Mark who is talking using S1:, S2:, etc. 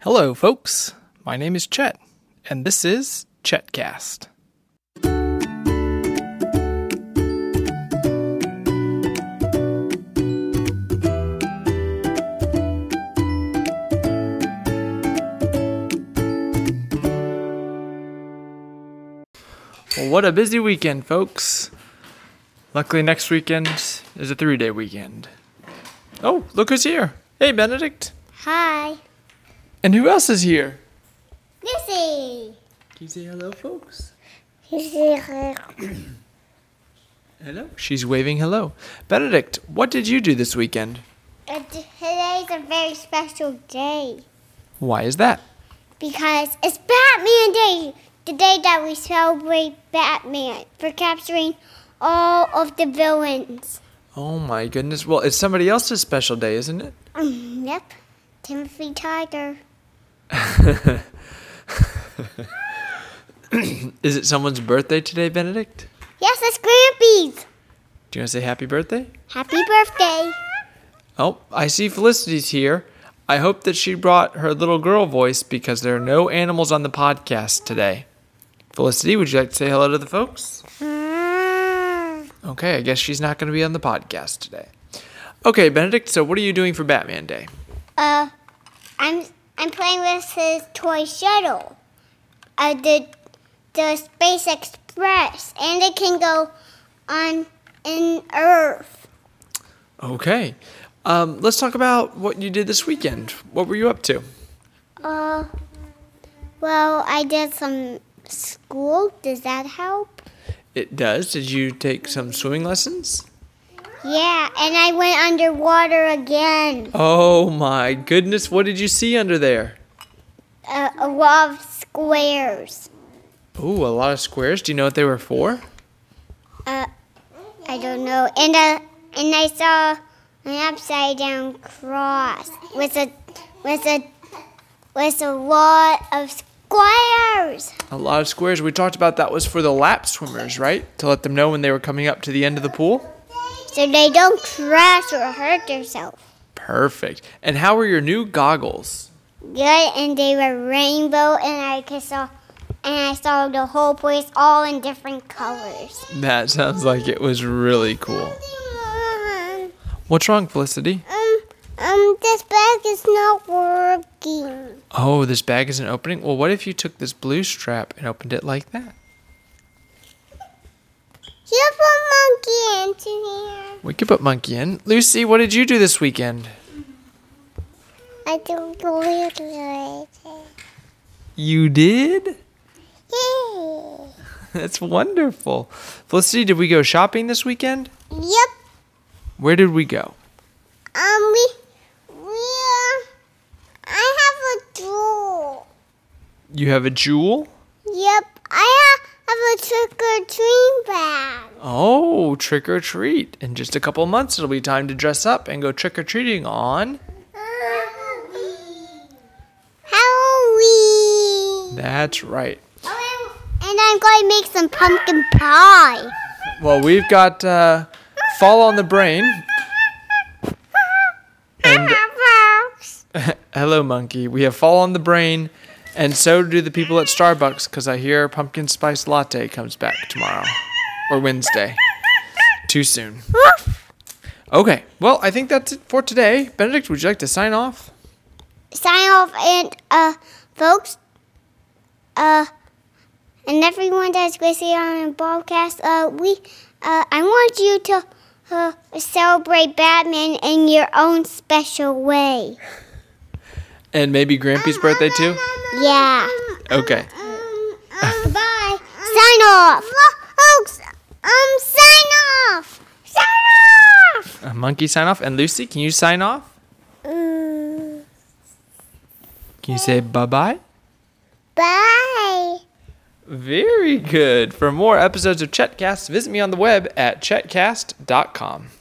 S1: Hello, folks. My name is Chet, and this is Chetcast. Well, what a busy weekend, folks. Luckily, next weekend is a three day weekend. Oh, look who's here. Hey, Benedict.
S2: Hi,
S1: And who else is here?
S2: Lucy.
S1: Can you say hello, folks?
S2: I
S1: Hello. She's waving hello. Benedict, what did you do this weekend?
S2: Today's a very special day
S1: Why is that?
S2: because it's Batman Day, the day that we celebrate Batman for capturing all of the villains.
S1: Oh my goodness. Well, it's somebody else's special day, isn't it?
S2: Mm, yep, Timothy Tiger.
S1: Is it someone's birthday today, Benedict?
S2: Yes, it's Grampy's.
S1: Do you want to say happy birthday?
S2: Happy birthday.
S1: Oh, I see Felicity's here. I hope that she brought her little girl voice because there are no animals on the podcast today. Felicity, would you like to say hello to the folks? Okay, I guess she's not going to be on the podcast today. Okay, Benedict, so what are you doing for Batman Day?
S2: Uh, I'm I'm playing with his toy shuttle. Uh, the the space express, and it can go on in Earth.
S1: Okay. Um, let's talk about what you did this weekend. What were you up to?
S2: Uh, well, I did some school. Does that help?
S1: It does. Did you take some swimming lessons?
S2: Yeah, and I went underwater again.
S1: Oh my goodness, what did you see under there?
S2: Uh, a lot of squares.
S1: Ooh, a lot of squares. Do you know what they were for?
S2: Uh, I don't know. And uh, and I saw an upside down cross with a with a with a lot of squares.
S1: A lot of squares. We talked about that was for the lap swimmers, right? To let them know when they were coming up to the end of the pool.
S2: So they don't crash or hurt themselves.
S1: Perfect. And how were your new goggles?
S2: Good, and they were rainbow, and I could saw and I saw the whole place all in different colors.
S1: That sounds like it was really cool. What's wrong, Felicity?
S2: Um, um, this bag is not working.
S1: Oh, this bag isn't opening. Well, what if you took this blue strap and opened it like that?
S2: You put monkey into here.
S1: We could put Monkey in. Lucy, what did you do this weekend?
S2: I don't believe it.
S1: You did?
S2: Yay!
S1: That's wonderful. Felicity, did we go shopping this weekend?
S2: Yep.
S1: Where did we go?
S2: Um, we, we, uh, I have a jewel.
S1: You have a jewel?
S2: Yep. I ha- have a trick or treat bag.
S1: Oh, trick or treat. In just a couple months, it'll be time to dress up and go trick or treating on.
S2: Halloween.
S1: That's right.
S2: And I'm going to make some pumpkin pie.
S1: Well, we've got uh, Fall on the Brain. And hello, monkey. We have Fall on the Brain, and so do the people at Starbucks because I hear pumpkin spice latte comes back tomorrow or Wednesday. Too soon. Okay. Well, I think that's it for today. Benedict, would you like to sign off?
S2: sign off and uh folks uh and everyone that's going to see on the broadcast uh we uh I want you to uh, celebrate Batman in your own special way.
S1: And maybe Grampy's birthday too?
S2: Yeah.
S1: Okay.
S2: Um, uh, Bye. Sign off. Folks, um sign off. Sign off.
S1: Uh, monkey sign off. And Lucy, can you sign off?
S2: Uh.
S1: Can you say bye bye?
S2: Bye.
S1: Very good. For more episodes of Chetcast, visit me on the web at chetcast.com.